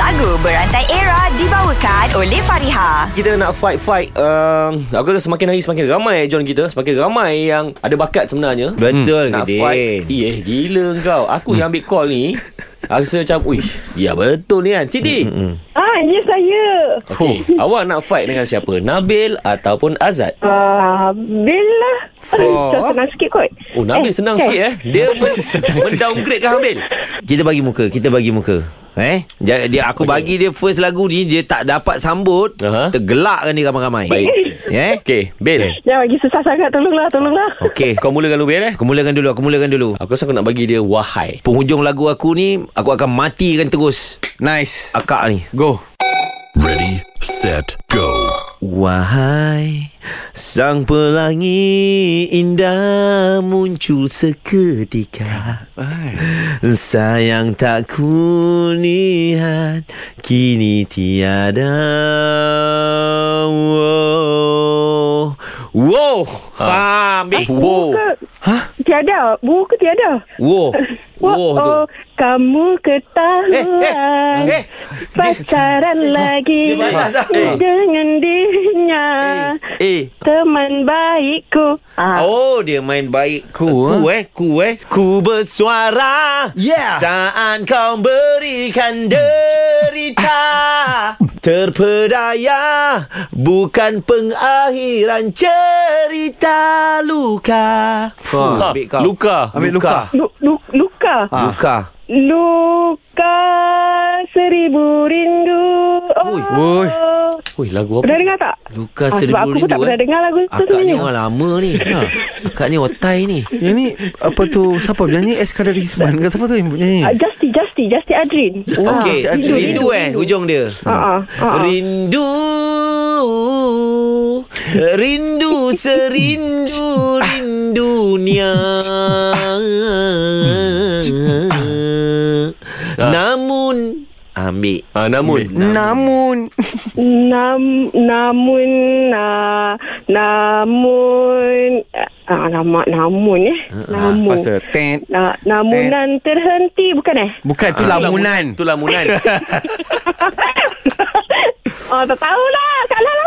Lagu Berantai Era dibawakan oleh Fariha. kita nak fight-fight uh, Aku rasa semakin hari semakin ramai John kita Semakin ramai yang ada bakat sebenarnya Betul hmm. ke Nak Din? fight Eh gila kau Aku yang ambil call ni Aku rasa macam Uish Ya betul ni kan Siti Mm, Ah, ya saya. okay. Awak nak fight dengan siapa Nabil ataupun Azad Ah, bila? Oh. Dah senang sikit kot. Oh Nabil senang sikit eh Dia men- mendowngrade kan Nabil Kita bagi muka Kita bagi muka Eh dia, dia aku okay. bagi dia first lagu ni dia tak dapat sambut Aha. tergelakkan dia ramai-ramai. Baik. Ya? Eh? Okay Bil Jangan bagi susah sangat. Tolonglah, tolonglah. Okey. Kau mulakan dulu Bil eh Aku mulakan dulu, aku mulakan dulu. Aku rasa aku nak bagi dia wahai Penghujung lagu aku ni aku akan matikan terus Nice. akak ni. Go. Ready, set, go. Wahai sang pelangi indah muncul seketika Sayang tak ku lihat kini tiada Wow Wow ha. Ambil Wow Ah. Eh, Buka, Hah? Tiada. Buku tiada. Wow Wow tu oh, kamu ketahuan Eh, eh, eh. pacaran lagi dia balas lah. Eh. dengan dirinya Eh teman baikku. Ah, Oh dia main baik Ku Ku eh Ku eh Ku bersuara Yeah. Saat kau berikan derita Terpedaya Bukan pengakhiran cerita luka Luka. Luka. Ah, Ambil luka. Lu, lu, luka. Luka, luka. Luka seribu rindu. Oh. Ui, ui. Ui lagu Pernah apa dengar tak? Luka Ah, seribu sebab aku pun rindu tak pernah eh. dengar lagu tu Akak ni sebenarnya. orang lama ni ha. Akak ni otai ni Yang ni apa tu siapa penyanyi Eskadar Rizban ke siapa tu yang Ah, penyanyi? Justi, Justi, Justi Adrin. Oh, Okey, si rindu, Adri. rindu eh ujung dia. Ah, ah, ah, ah. Rindu Rindu serindu rindunya Namun Ambil Ah, namun Namun Nam, namun, na, namun, ah, nama, namun eh. Ah, Namun. Pasal tent Na, namunan terhenti bukan eh? Bukan tu Ah. lamunan Tu lamunan Oh, tak tahulah. Kak Lala.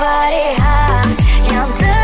fareha, yang terbaik.